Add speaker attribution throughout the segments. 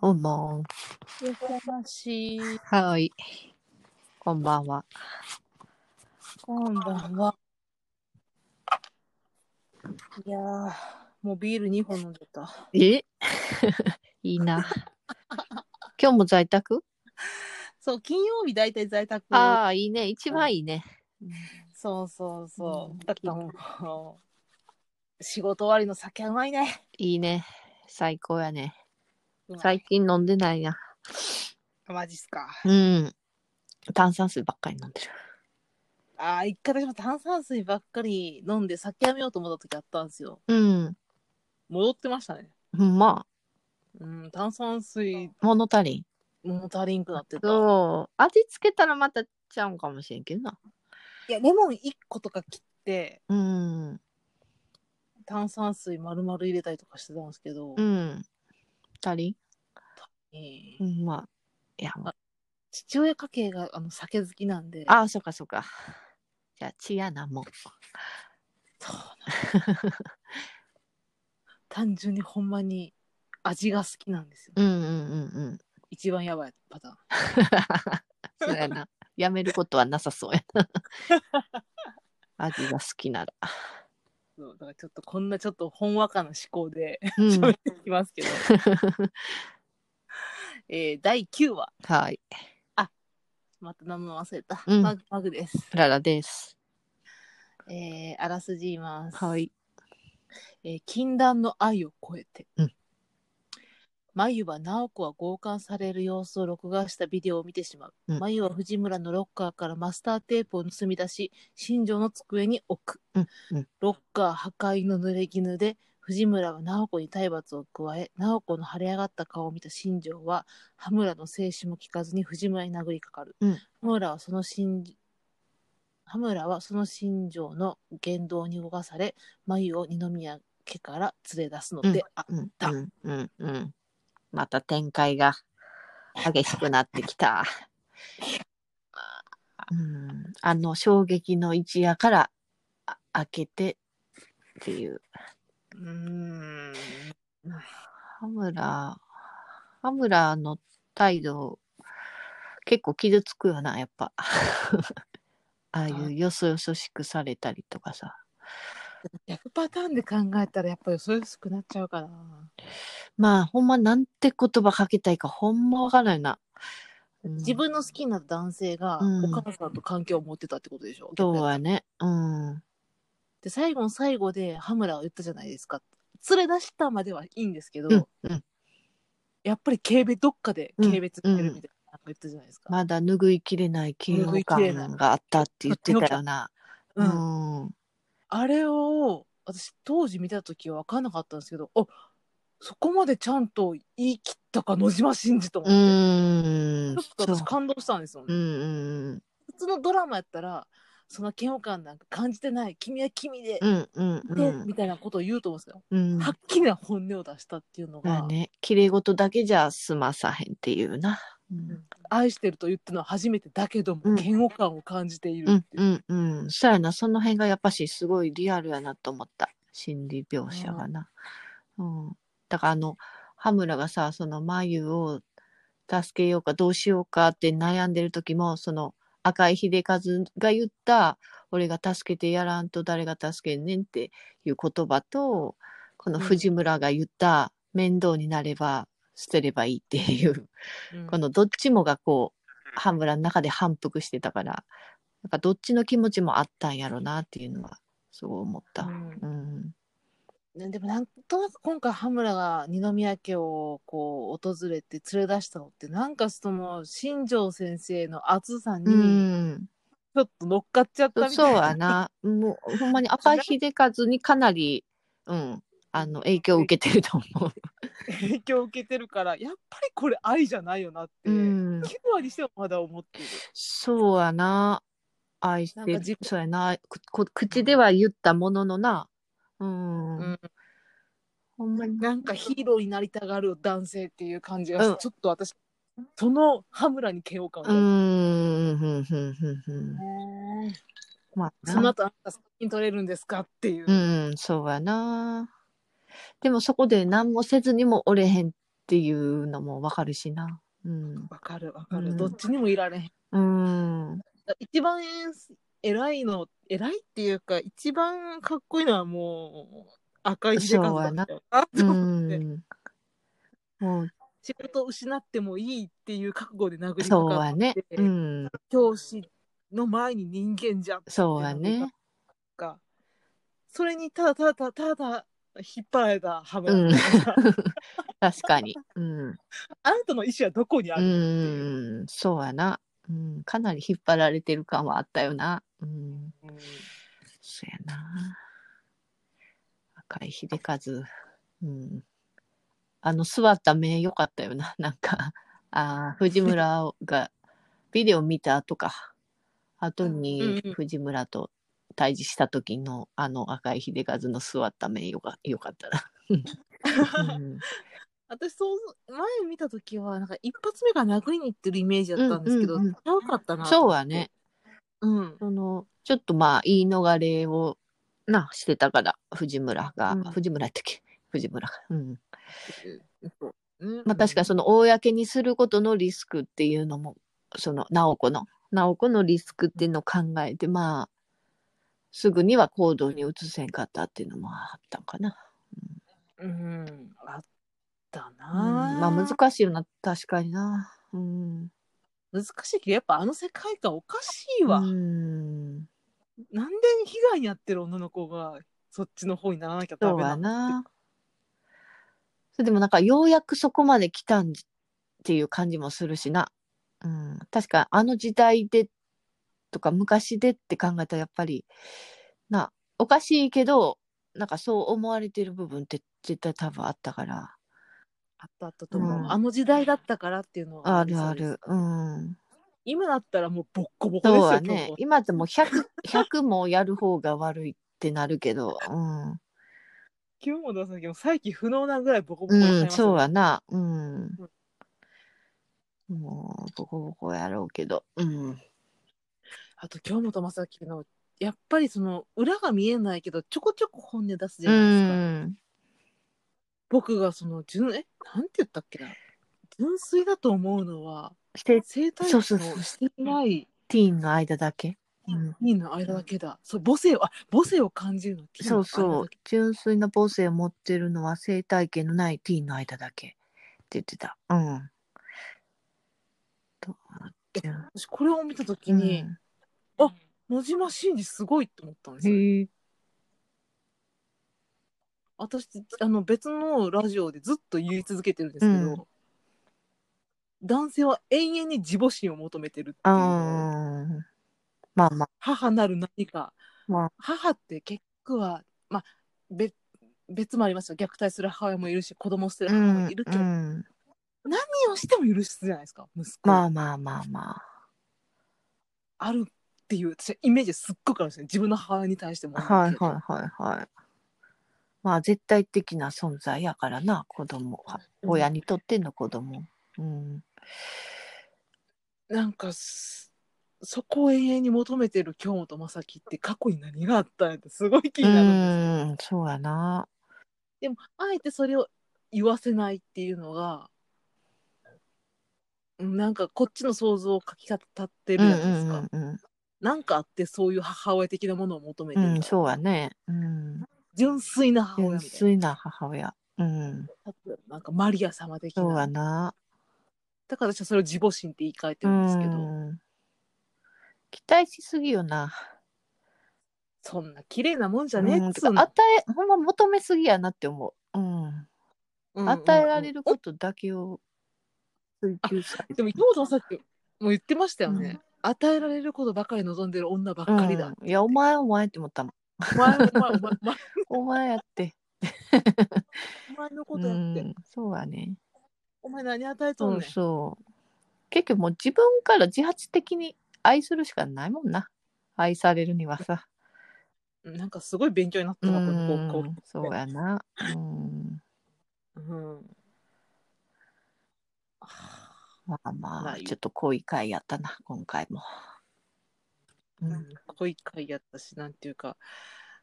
Speaker 1: おんもん。
Speaker 2: 横浜市、
Speaker 1: はい。こんばんは。
Speaker 2: こんばんは。いやー、もうビール2本飲んじゃった。
Speaker 1: えいいな。今日も在宅
Speaker 2: そう、金曜日大体在宅。
Speaker 1: ああ、いいね。一番いいね。
Speaker 2: そうそうそうう。
Speaker 1: ん
Speaker 2: だってもう、仕事終わりの酒はうまいね。
Speaker 1: いいね。最高やね。
Speaker 2: うまい
Speaker 1: 最近飲んでないな。
Speaker 2: マジっすか。
Speaker 1: うん。炭酸水ばっかり飲んでる。
Speaker 2: ああ、一回私も炭酸水ばっかり飲んで酒やめようと思った時あったんですよ。
Speaker 1: うん。
Speaker 2: 戻ってましたね。
Speaker 1: ほんま
Speaker 2: うん、炭酸水、
Speaker 1: あ、物足りん。
Speaker 2: 物足りんくなってた。
Speaker 1: そう。味付けたらまたちゃうんかもしれんけどな。
Speaker 2: いや、レモン1個とか切って、
Speaker 1: うん。
Speaker 2: 炭酸水丸々入れたりとかしてたんですけど、
Speaker 1: うん。足りん
Speaker 2: え
Speaker 1: ほ
Speaker 2: ー
Speaker 1: んま。いや、もう
Speaker 2: 父親家系があの酒好きなんで、
Speaker 1: ああ、そうかそうか。じゃあ、チアナも。
Speaker 2: そうなんだ単純にほんまに味が好きなんですよ。
Speaker 1: うんうんうんうん。
Speaker 2: 一番やばいパターン。
Speaker 1: そうやな。やめることはなさそうや な。味が好き なら。
Speaker 2: そうだからちょっとこんなちょっとほんわかな思考で
Speaker 1: う
Speaker 2: 喋っ
Speaker 1: ん、
Speaker 2: ていきますけど、えー第9話、
Speaker 1: はい。
Speaker 2: また名前忘れた、
Speaker 1: うん
Speaker 2: マグマグです、
Speaker 1: ララです。
Speaker 2: えーあらすじ言います。
Speaker 1: はい。
Speaker 2: えー禁断の愛を超えて、
Speaker 1: うん
Speaker 2: 眉は直子は強姦される様子を録画したビデオを見てしまう、
Speaker 1: うん
Speaker 2: 眉は藤村のロッカーからマスターテープを盗み出し新庄の机に置く、
Speaker 1: うんうん
Speaker 2: ロッカー破壊の濡れ衣で藤村は直子に体罰を加え直子の腫れ上がった顔を見た新庄は羽村の制止も聞かずに藤村に殴りかかる、
Speaker 1: うん
Speaker 2: 羽村はその新羽村はその新庄の言動に動かされ眉を二宮家から連れ出すので、あ
Speaker 1: うんうんうんうん。また展開が激しくなってき た。うん、あの衝撃の一夜からあ明けてっていう。
Speaker 2: うーん
Speaker 1: 羽村、羽村の態度、結構傷つくよな、やっぱ。 ああいうよそよそしくされたりとかさ。
Speaker 2: 逆パターンで考えたらやっぱりそういう少なっちゃうかな、
Speaker 1: まあ、ほんまなんて言葉かけたいか、ほんまわからないな。うん
Speaker 2: 自分の好きな男性が
Speaker 1: うん
Speaker 2: お母さんと関係を持ってたってことでしょ、
Speaker 1: と
Speaker 2: 逆に
Speaker 1: はね。うん。
Speaker 2: で最後の最後で羽村は言ったじゃないですか連れ出したまではいいんですけど、
Speaker 1: うんうん
Speaker 2: やっぱり軽蔑どっかで軽蔑してるみたいな、言ったじゃないですか、
Speaker 1: まだ拭いきれない嫌悪
Speaker 2: 拭いきれな
Speaker 1: 感
Speaker 2: い
Speaker 1: があったって言ってたよな。う
Speaker 2: うん
Speaker 1: ん。
Speaker 2: あれを私当時見た時は分かんなかったんですけどあそこまでちゃんと言い切ったか野島真司と思
Speaker 1: う
Speaker 2: って、
Speaker 1: ん。
Speaker 2: ちょっと私感動したんですよ
Speaker 1: う
Speaker 2: ね、
Speaker 1: んうん
Speaker 2: 普通のドラマやったらその嫌悪感なんか感じてない君は君で、
Speaker 1: うんうんう
Speaker 2: で
Speaker 1: ん
Speaker 2: みたいなことを言うと思うんですよ、
Speaker 1: うん。
Speaker 2: はっきりな本音を出したっていうの
Speaker 1: まあ
Speaker 2: が、
Speaker 1: ね、綺麗事だけじゃ済まさへんっていうな。うん
Speaker 2: 愛してると言ったのは初めてだけども、
Speaker 1: うん
Speaker 2: 嫌悪感を感じている
Speaker 1: うん
Speaker 2: っていう、
Speaker 1: うんうん。そうやな、その辺がやっぱしすごいリアルやなと思った。心理描写がな。うん。だからあの、羽村がさ、その眉を助けようかどうしようかって悩んでる時も、その赤井秀和が言った、俺が助けてやらんと誰が助けんねんっていう言葉と、この藤村が言った、面倒になれば捨てればいいっていう
Speaker 2: うん
Speaker 1: このどっちもがこう、羽村の中で反復してたから、なんかどっちの気持ちもあったんやろなっていうのは、すごい思った。うん。
Speaker 2: ねでもなんとなく今回羽村が二宮家をこう訪れて連れ出したのってなんかその新庄先生の熱さ
Speaker 1: う
Speaker 2: に
Speaker 1: ん。
Speaker 2: ちょっと乗っかっちゃったみた
Speaker 1: そう
Speaker 2: いな、
Speaker 1: やな。もう、ほんまに赤井秀和にかなり、うん、あの、影響を受けてると思う。
Speaker 2: 影響を受けてるからやっぱりこれ愛じゃないよなって、
Speaker 1: うん
Speaker 2: 9。割してもまだ思ってる
Speaker 1: そうやな。愛し
Speaker 2: なん
Speaker 1: て
Speaker 2: かじ、
Speaker 1: そうやな。くこ口では言ったもののな。うん。
Speaker 2: うん
Speaker 1: ほんまに。
Speaker 2: なんかヒーローになりたがる男性っていう感じがして、
Speaker 1: うん
Speaker 2: ちょっと私その羽村に嫌悪
Speaker 1: う
Speaker 2: 感を抱いて
Speaker 1: ん、ふんふんふんふん。まあな、
Speaker 2: その後あんた責任取れるんですかっていう、
Speaker 1: うん、そうやな。でもそこで何もせずにもおれへんっっていうのもわかるしな。うん。
Speaker 2: わかるわかる、
Speaker 1: うん
Speaker 2: どっちにもいられへん
Speaker 1: うん。
Speaker 2: 一番偉いの偉いっていうか一番かっこいいのはもう赤い秀和だったよな
Speaker 1: う
Speaker 2: と思って、
Speaker 1: ん。もう、
Speaker 2: 仕事を失ってもいいっていう覚悟で殴りか
Speaker 1: そう
Speaker 2: か
Speaker 1: は
Speaker 2: って、
Speaker 1: ね。うん。
Speaker 2: 教師の前に人間じゃん
Speaker 1: そうはね。
Speaker 2: かそれにただただただただ引っ張られたハム、
Speaker 1: うん
Speaker 2: あ
Speaker 1: 確かに。うん。
Speaker 2: なたの意思はどこにある、
Speaker 1: うん。そうやな。うん。かなり引っ張られてる感はあったよな。うん。
Speaker 2: うん
Speaker 1: そうやな。赤い秀和。うん。あの、座った目良かったよな。なんか、ああ、藤村がビデオ見た後か。後に
Speaker 2: うんうん
Speaker 1: 藤村と対峙した時のあの赤い秀和の座った目よかよかった な。うん
Speaker 2: 私そう前見た時はなんか一発目が殴りに行ってるイメージだったんですけど、
Speaker 1: う
Speaker 2: 良
Speaker 1: んうんうん
Speaker 2: かったな
Speaker 1: そうはね。
Speaker 2: うん
Speaker 1: そのちょっとまあ言い逃れをなしてたから藤村が、
Speaker 2: うん
Speaker 1: 藤村やったっけ藤村が、うん
Speaker 2: うん
Speaker 1: まあ、確かにその公にすることのリスクっていうのもその直子の直子のリスクっていうのを考えてまあすぐには行動に移せんかったっていうのもあったんかな、
Speaker 2: うん、あった
Speaker 1: うん、
Speaker 2: な、
Speaker 1: まあ難しいよな確かになうん
Speaker 2: 難しいけどやっぱあの世界観おかしいわ、
Speaker 1: うん
Speaker 2: なんで被害に遭ってる女の子がそっちの方にならなきゃダ
Speaker 1: そう
Speaker 2: メ
Speaker 1: は
Speaker 2: なの
Speaker 1: な。それでもなんかようやくそこまで来たんじっていう感じもするしな。うん、確かあの時代でとか昔でって考えたらやっぱりなおかしいけどなんかそう思われてる部分って絶対多分あったから
Speaker 2: あったあったと思う、
Speaker 1: うん
Speaker 2: あの時代だったからっていうのは
Speaker 1: あるあるうん
Speaker 2: 今だったらもうボッコボコで
Speaker 1: そう
Speaker 2: すよ
Speaker 1: はね
Speaker 2: 今日
Speaker 1: 今ってもう 100, 100もやる方が悪いってなるけどうん、
Speaker 2: 今日も出さなきゃ再起不能なぐらいボコボコにされ
Speaker 1: うん、
Speaker 2: ました
Speaker 1: そう
Speaker 2: よ
Speaker 1: はなうんもうボコボコやろうけどうん
Speaker 2: あと京本正樹のやっぱりその裏が見えないけどちょこちょこ本音出すじゃ
Speaker 1: う
Speaker 2: ないですか、
Speaker 1: ん
Speaker 2: 僕がその純えなんて言ったっけな純粋だと思うのは
Speaker 1: して
Speaker 2: 生体
Speaker 1: そ
Speaker 2: の
Speaker 1: うそうそう
Speaker 2: していない
Speaker 1: ティーンの間だけ、うん、
Speaker 2: 人の間だけだ、そう母性をあ母性を感じるのティーン
Speaker 1: そ
Speaker 2: の
Speaker 1: うそう
Speaker 2: 間だけ
Speaker 1: 純粋な母性を持ってるのは生態系のないティーンの間だけって言ってたうんと純
Speaker 2: 私これを見た時に、野島真司すごいって思ったんです
Speaker 1: う
Speaker 2: よ、
Speaker 1: ん、へえ
Speaker 2: 私あの別のラジオでずっと言い続けてるんですけど、男性は永遠に自母心を求めてるっていうのを
Speaker 1: あーまあまあ
Speaker 2: 母なる何か、
Speaker 1: まあ
Speaker 2: 母って結局はまあ別別もありますよ虐待する母親もいるし子供を捨てる母もいるけど、
Speaker 1: う
Speaker 2: 何
Speaker 1: ん、
Speaker 2: をしても許すじゃないですか息子を
Speaker 1: まあまあまあま
Speaker 2: あるっていう私はイメージすっごくあるんですよ自分の母親に対しても
Speaker 1: あ
Speaker 2: 思う
Speaker 1: は
Speaker 2: け
Speaker 1: い
Speaker 2: ど
Speaker 1: はいはいはいまあ絶対的な存在やからな子供は
Speaker 2: うん
Speaker 1: 親にとっての子供うん
Speaker 2: なんかすそこを永遠に求めてる京本正樹って過去に何があったんやってすごい気
Speaker 1: う
Speaker 2: になるんですよ
Speaker 1: んそうやな
Speaker 2: でもあえてそれを言わせないっていうのがうんなんかこっちの想像をかき立ってるじゃないですか、
Speaker 1: うんうんうんうん
Speaker 2: なんかあってそういう母親的なものを求めてる、
Speaker 1: うん、そうやね。うん。
Speaker 2: 純粋な母
Speaker 1: 純
Speaker 2: 親みたい
Speaker 1: 粋な母親。うん。
Speaker 2: ななんかマリア様的
Speaker 1: そうや
Speaker 2: な
Speaker 1: な。
Speaker 2: だから私はそれを自母心って言い換えて
Speaker 1: う
Speaker 2: るんですけど、
Speaker 1: ん。期待しすぎよな。
Speaker 2: そんな綺麗なもんじゃねえ
Speaker 1: うん
Speaker 2: っ
Speaker 1: て
Speaker 2: つう
Speaker 1: か
Speaker 2: の
Speaker 1: 与え、ほんま求めすぎやなって思う。うん。
Speaker 2: うんうんうん
Speaker 1: 与えられることだけを追求したい。
Speaker 2: でも今本さんさっきも言ってましたよね、与えられることばかり望んでる女ばっかりだ、
Speaker 1: うんいや、お前お前って思ったもん。
Speaker 2: お前お前お前お前
Speaker 1: お前やって。
Speaker 2: お前のこ
Speaker 1: う
Speaker 2: とやって、
Speaker 1: ん。そうやね。
Speaker 2: お前何与えと
Speaker 1: そ
Speaker 2: んねん
Speaker 1: うそう。結局もう自分から自発的に愛するしかないもんな。愛されるにはさ。
Speaker 2: うんなんかすごい勉強になった
Speaker 1: う
Speaker 2: なこの高校
Speaker 1: ん、そうやな。うん、
Speaker 2: うんはあ
Speaker 1: まあま
Speaker 2: ま
Speaker 1: あ、
Speaker 2: あ
Speaker 1: ちょっと濃い回やったな、今回も。う、
Speaker 2: うんん、濃い回やったしなんていうか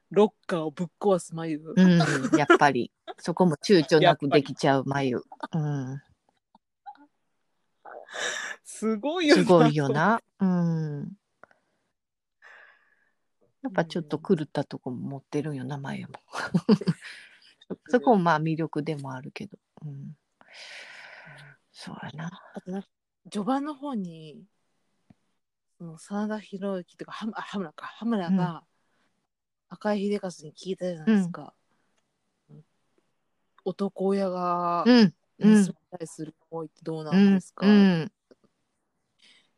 Speaker 2: ロッカーをぶっ壊す眉、
Speaker 1: うん、やっぱり。そこも躊躇なくできちゃう眉。うん。
Speaker 2: すごいよ
Speaker 1: すごい よな。うん。やっぱちょっと狂ったとこも持ってるよな、眉も。そこもまあ魅力でもあるけど。うん。そうやな。
Speaker 2: あとなんか序盤の方にその真田広之とかハムあハムラかハムラが赤井秀和に聞いたじゃないですか、男親が
Speaker 1: うん。うん
Speaker 2: 娘に対する行為ってどうな
Speaker 1: うんん
Speaker 2: です。か、
Speaker 1: うん。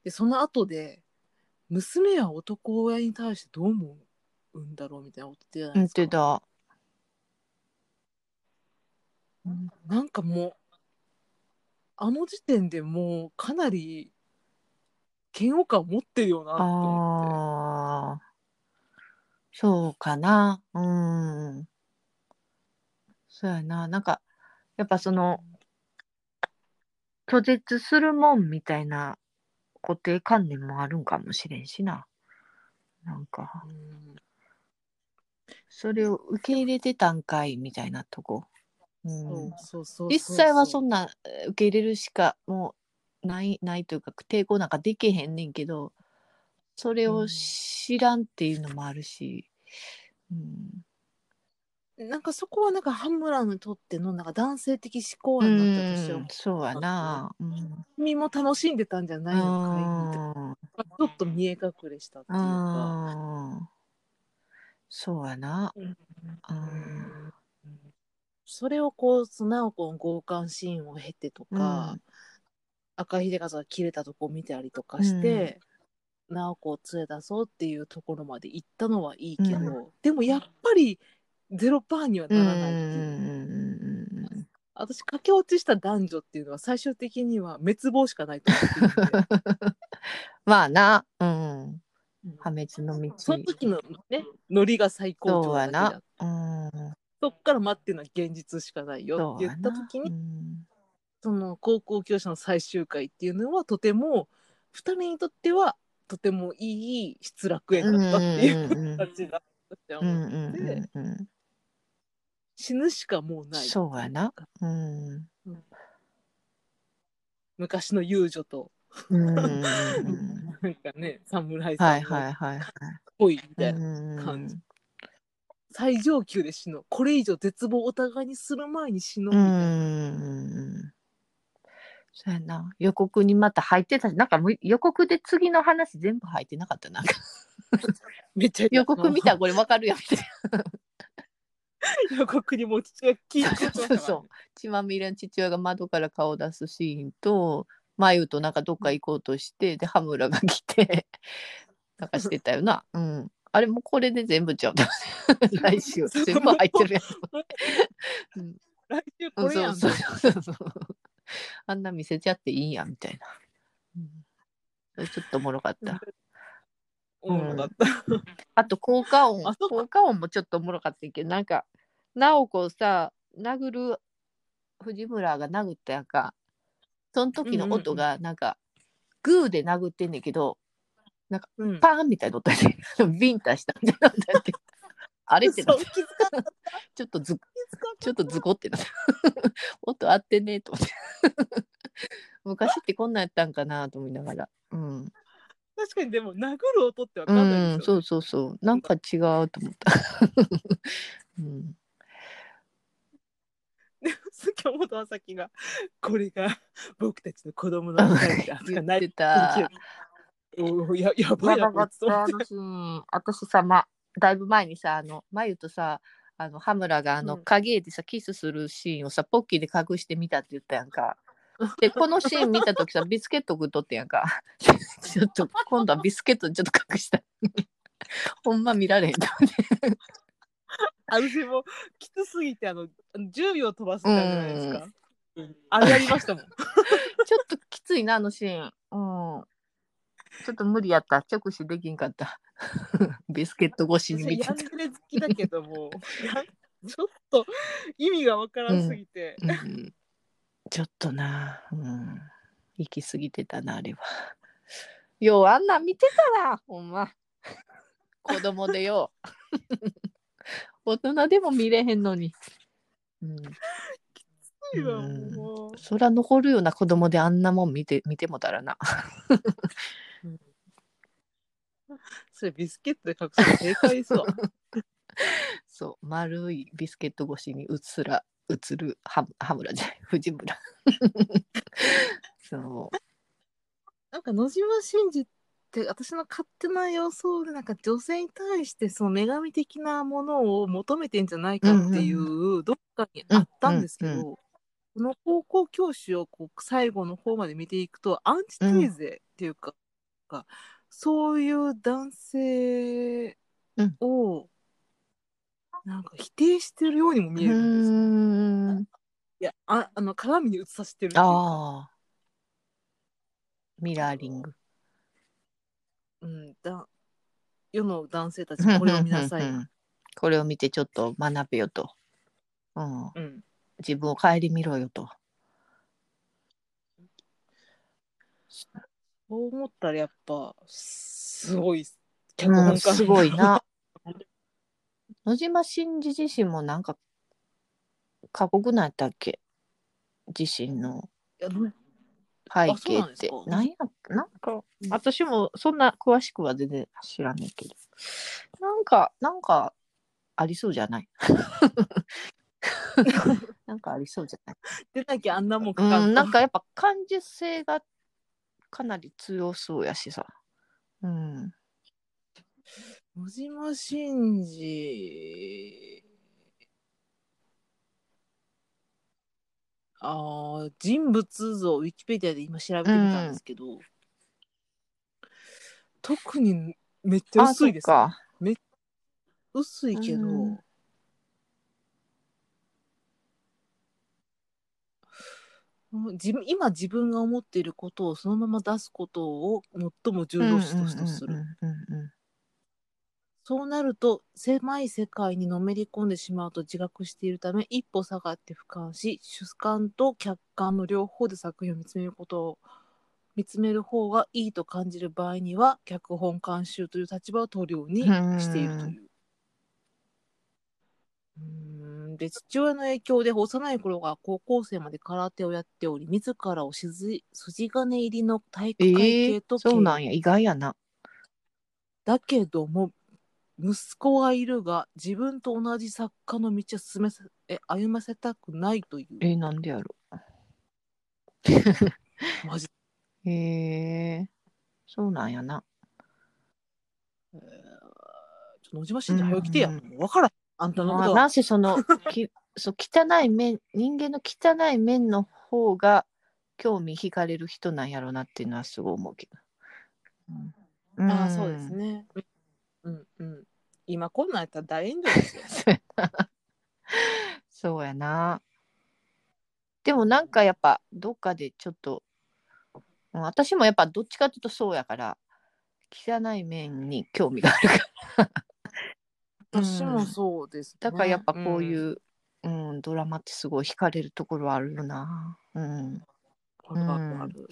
Speaker 2: でその後で娘は男親に対してどう思うんだろうみたいなこと言ってたじゃない
Speaker 1: 言
Speaker 2: で
Speaker 1: っ
Speaker 2: すか、
Speaker 1: てた。
Speaker 2: なんかもうあの時点でもうかなり嫌悪感を持ってるよなって思って。
Speaker 1: ああ。そうかな。うん。そうやな。なんか、やっぱその、拒絶するもんみたいな固定観念もあるんかもしれんしな。なんか、
Speaker 2: うん
Speaker 1: それを受け入れてたんかいみたいなとこ。う、
Speaker 2: そうんそうそう
Speaker 1: 実際はそ
Speaker 2: な。
Speaker 1: んなえー受け入れるしかもうないないというか抵抗なんかできへんねんけどそれ
Speaker 2: う
Speaker 1: を
Speaker 2: ん
Speaker 1: 知らんっていうのもあるし、うん
Speaker 2: なんかそこはなんかハムラにとってのなんか男性的思考案だったとして
Speaker 1: う
Speaker 2: は
Speaker 1: ん、そうやな、うん
Speaker 2: 君も楽しんでたんじゃないのかいみたいなちょっと見え隠れしたっていう
Speaker 1: う
Speaker 2: か。
Speaker 1: んうんそうやな、
Speaker 2: うん
Speaker 1: うん
Speaker 2: それをこうその直子の強姦シーンを経てとか、
Speaker 1: うん
Speaker 2: 赤井秀和が切れたとこを見たりとかして、直子を連れ出そうっていうところまで行ったのはいいけど、
Speaker 1: う
Speaker 2: でもやっぱりゼロパーにはならないっていう。
Speaker 1: うん
Speaker 2: 私駆け落ちした男女っていうのは最終的には滅亡しかないと思ってるんで
Speaker 1: まあな、うん、
Speaker 2: うん
Speaker 1: 破滅の道
Speaker 2: その時のねノリが最高
Speaker 1: そう
Speaker 2: 潮
Speaker 1: や
Speaker 2: なだけだ
Speaker 1: な、うん、
Speaker 2: そっから待ってるのは現実しかないよ
Speaker 1: そ
Speaker 2: っ
Speaker 1: う
Speaker 2: て
Speaker 1: や
Speaker 2: 言った
Speaker 1: な
Speaker 2: 時に
Speaker 1: うん
Speaker 2: その高校教師の最終回っていうのはとても2人にとってはとてもいい失楽園だったってい
Speaker 1: う
Speaker 2: う
Speaker 1: んうんうんうん
Speaker 2: 形だったって
Speaker 1: う
Speaker 2: 思
Speaker 1: ん
Speaker 2: う
Speaker 1: うんうんうん
Speaker 2: 死ぬしかもうない
Speaker 1: そうやなうん
Speaker 2: 昔の遊女と
Speaker 1: うんうんうん
Speaker 2: なんかね侍
Speaker 1: は
Speaker 2: さ
Speaker 1: い
Speaker 2: ん
Speaker 1: は
Speaker 2: の
Speaker 1: いはいは
Speaker 2: 恋み
Speaker 1: い
Speaker 2: たいな感じ最上級で死のうこれ以上絶望をお互いにする前に死のう
Speaker 1: うん
Speaker 2: みた
Speaker 1: う
Speaker 2: いな、
Speaker 1: んそうやな予告にまた入ってたしなんかもう予告で次の話全部入ってなかったなんか
Speaker 2: めっちゃ
Speaker 1: 予告見たらこれわかるやんみたい
Speaker 2: 予告にも父親聞いて
Speaker 1: な
Speaker 2: ました
Speaker 1: そうそう血まみれの父親が窓から顔を出すシーンと眉となんかどっか行こうとしてで羽村が来 てなんかしてたよなうんあれもうこれで全部ちゃう来週全部入ってるやん
Speaker 2: 来週これ
Speaker 1: そ
Speaker 2: や
Speaker 1: うんそうそうそうあんな見せちゃっていいんやみたいな、うんそれちょっとおもろかった
Speaker 2: おもろかった、
Speaker 1: あと効果音
Speaker 2: あそうか
Speaker 1: 効果音もちょっとおもろかったけどなんか直子をさ殴る藤村が殴ったやんかその時の音がなんか、グーで殴ってんねんけど
Speaker 2: うん
Speaker 1: パーンみたいな音で ビンタしたみたいな音や ってあれってな
Speaker 2: そ
Speaker 1: っ
Speaker 2: う
Speaker 1: て
Speaker 2: 気づかなかっ
Speaker 1: ちょっとず
Speaker 2: た
Speaker 1: ちょっとズコってなった 音合ってねえと思って 昔ってこんなんやったんかなと思いながらうん
Speaker 2: 確かにでも殴る音ってわか
Speaker 1: うん
Speaker 2: ない
Speaker 1: ん
Speaker 2: です
Speaker 1: そ
Speaker 2: よ、
Speaker 1: う
Speaker 2: ね
Speaker 1: そうそうなんか違うと思った、 うん、
Speaker 2: で今日もときがこれが僕たちの子供の世界だとか
Speaker 1: 言
Speaker 2: な
Speaker 1: っ
Speaker 2: い
Speaker 1: て た
Speaker 2: おーややば
Speaker 1: ま
Speaker 2: い
Speaker 1: だ
Speaker 2: や
Speaker 1: ま
Speaker 2: ばい
Speaker 1: だあのシーン私さ、ま、だいぶ前にさあのまゆとさあの羽村があの
Speaker 2: うん
Speaker 1: 影絵でさキスするシーンをさポッキーで隠してみたって言ったやんか。でこのシーン見た 時さビスケット食っとってやんか ちょっと今度はビスケットにちょっと隠したい ほんま見られへんと思って
Speaker 2: 私もきつすぎてあの10秒飛ばすってあるじゃないですか、あ
Speaker 1: ん
Speaker 2: れやりまし たもん
Speaker 1: ちょっときついなあのシーン、うん、ちょっと無理やった直視できんかった ビスケット越しに見
Speaker 2: 私
Speaker 1: てた
Speaker 2: ヤングレ好きだけどもやちょっと意味がわからんすぎて、
Speaker 1: うんちょっとな、うん、行き過ぎてたな、あれは。よう、あんなん見てたな、ほんま。子供でよ大人でも見れへんのに。うん、
Speaker 2: いいわ
Speaker 1: うん
Speaker 2: もう
Speaker 1: そりゃ残るような子供であんなもん見て見てもたらな。
Speaker 2: それビスケットで隠すの正解ですわ
Speaker 1: そう丸いビスケット越しにうっすら映るハムハムラじゃない藤村。 そう
Speaker 2: なんか野島真司って私の勝手な予想でなんか女性に対してその女神的なものを求めてんじゃないかっていう、
Speaker 1: うん
Speaker 2: どっかにあったんですけど、
Speaker 1: うんうん
Speaker 2: この高校教師をこう最後の方まで見ていくとアンチテーゼっていうか、がそういう男性を、なんか否定してるようにも見えるんですよ
Speaker 1: ーん。
Speaker 2: いやああの鏡に映させてるっていうか
Speaker 1: ああ。ミラーリング。
Speaker 2: うん、だ世の男性たちこれを見なさい。
Speaker 1: うんうんうんうん これを見てちょっと学べよと。うん。
Speaker 2: うん、
Speaker 1: 自分を顧みろよと。
Speaker 2: そう思ったらやっぱすごい脚
Speaker 1: う
Speaker 2: 本
Speaker 1: ん、
Speaker 2: 家
Speaker 1: すごいな。 野島真司自身もなんか過酷なんやったっけ自身の
Speaker 2: いやな
Speaker 1: 背
Speaker 2: あそう
Speaker 1: 景
Speaker 2: な
Speaker 1: っ
Speaker 2: んです
Speaker 1: て
Speaker 2: か。
Speaker 1: なんや、なんか
Speaker 2: う、ん
Speaker 1: 私もそんな詳しくは全然知らないけど。なんか、なんか、ありそうじゃない なんかありそうじゃない
Speaker 2: 出なきゃあん なもんかか
Speaker 1: うん、
Speaker 2: んと
Speaker 1: なんかやっぱ感受性がかなり強そうやしさ。うん。
Speaker 2: 野島真司あー人物像ウィキペディアで今調べてみたんですけど、特にめっちゃ
Speaker 1: あ、
Speaker 2: 薄
Speaker 1: そ
Speaker 2: いうですね
Speaker 1: か。
Speaker 2: 薄いけど、
Speaker 1: うん
Speaker 2: うん自分今自分が思っていることをそのまま出すことを最も重要視としてする、
Speaker 1: うんうんうんうんうん
Speaker 2: そうなると狭い世界にのめり込んでしまうと自覚しているため一歩下がって俯瞰し主観と客観の両方で作品を見つめることを見つめる方がいいと感じる場合には脚本監修という立場を取るようにしているという。うんで父親の影響で幼い頃は高校生まで空手をやっており自らをしず筋金入りの体育会
Speaker 1: ええ
Speaker 2: 系と経営
Speaker 1: そうなんや。意外やな。
Speaker 2: だけども息子はいるが自分と同じ作家の道を進めさえ歩ませたくないという
Speaker 1: えー、なんでやろ
Speaker 2: マジ
Speaker 1: う。ええそうなんやな。
Speaker 2: えーちょっと野島真司早起きてや、
Speaker 1: うん
Speaker 2: も
Speaker 1: うん
Speaker 2: う分からんあんたのこ
Speaker 1: まあ、
Speaker 2: と
Speaker 1: な
Speaker 2: は
Speaker 1: んせその きそう汚い面人間の汚い面の方が興味惹かれる人なんやろうなっていうのはすごい思うけど。うん
Speaker 2: ああそうです。ねうんうん今こんなんやったら大炎上ですよ
Speaker 1: そうやな。でもなんかやっぱどっかでちょっと、うん私もやっぱどっちかっていうとそうやから汚い面に興味があるから。
Speaker 2: 私もそうです、ね
Speaker 1: だからやっぱこうい
Speaker 2: ん
Speaker 1: う、うんドラマってすごい惹かれるところはあるよな。うん。
Speaker 2: あるあるある、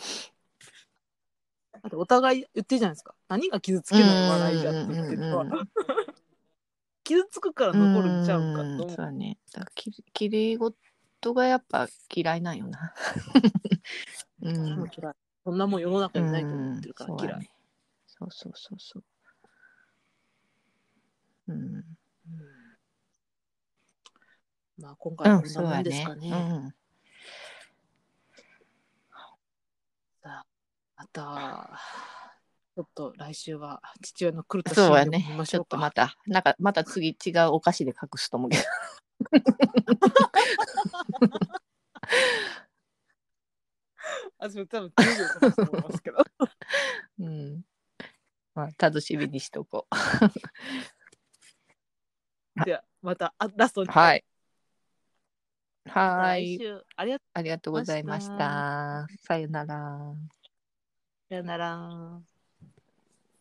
Speaker 2: だってお互い言ってるじゃないですか何が傷つけない笑いだって言って
Speaker 1: うんう
Speaker 2: る
Speaker 1: んうんう
Speaker 2: か傷つくから残るんちゃうか
Speaker 1: ん
Speaker 2: と思
Speaker 1: そうやね。だからききれい事がやっぱ嫌いなんよ な。う
Speaker 2: そ
Speaker 1: ん
Speaker 2: ん。嫌いそんなもん世の中にないと思ってるから
Speaker 1: うんそ
Speaker 2: 嫌い、
Speaker 1: うやねそうそうそうそう。うん。
Speaker 2: うんまあ今回
Speaker 1: う
Speaker 2: は
Speaker 1: ん、
Speaker 2: こん
Speaker 1: そ
Speaker 2: な
Speaker 1: う
Speaker 2: も
Speaker 1: や
Speaker 2: んです
Speaker 1: ね
Speaker 2: か。ね,、
Speaker 1: うん。
Speaker 2: またちょっと来週は父親の狂ったシ
Speaker 1: そうや
Speaker 2: ーンでも見
Speaker 1: ね
Speaker 2: ま。し
Speaker 1: ち
Speaker 2: ょ
Speaker 1: ょ
Speaker 2: う
Speaker 1: っと
Speaker 2: か
Speaker 1: また、なんかまた次違うお菓子で隠すと思うけど。
Speaker 2: あそれ多分10秒かかると思い ますけど
Speaker 1: うん。 まあ、楽しみにしとこう。
Speaker 2: ではまたあラストに
Speaker 1: はい。は
Speaker 2: 来
Speaker 1: い。
Speaker 2: 週ありがと
Speaker 1: ありがとうございまし。
Speaker 2: ました
Speaker 1: さよなら。
Speaker 2: うさよなら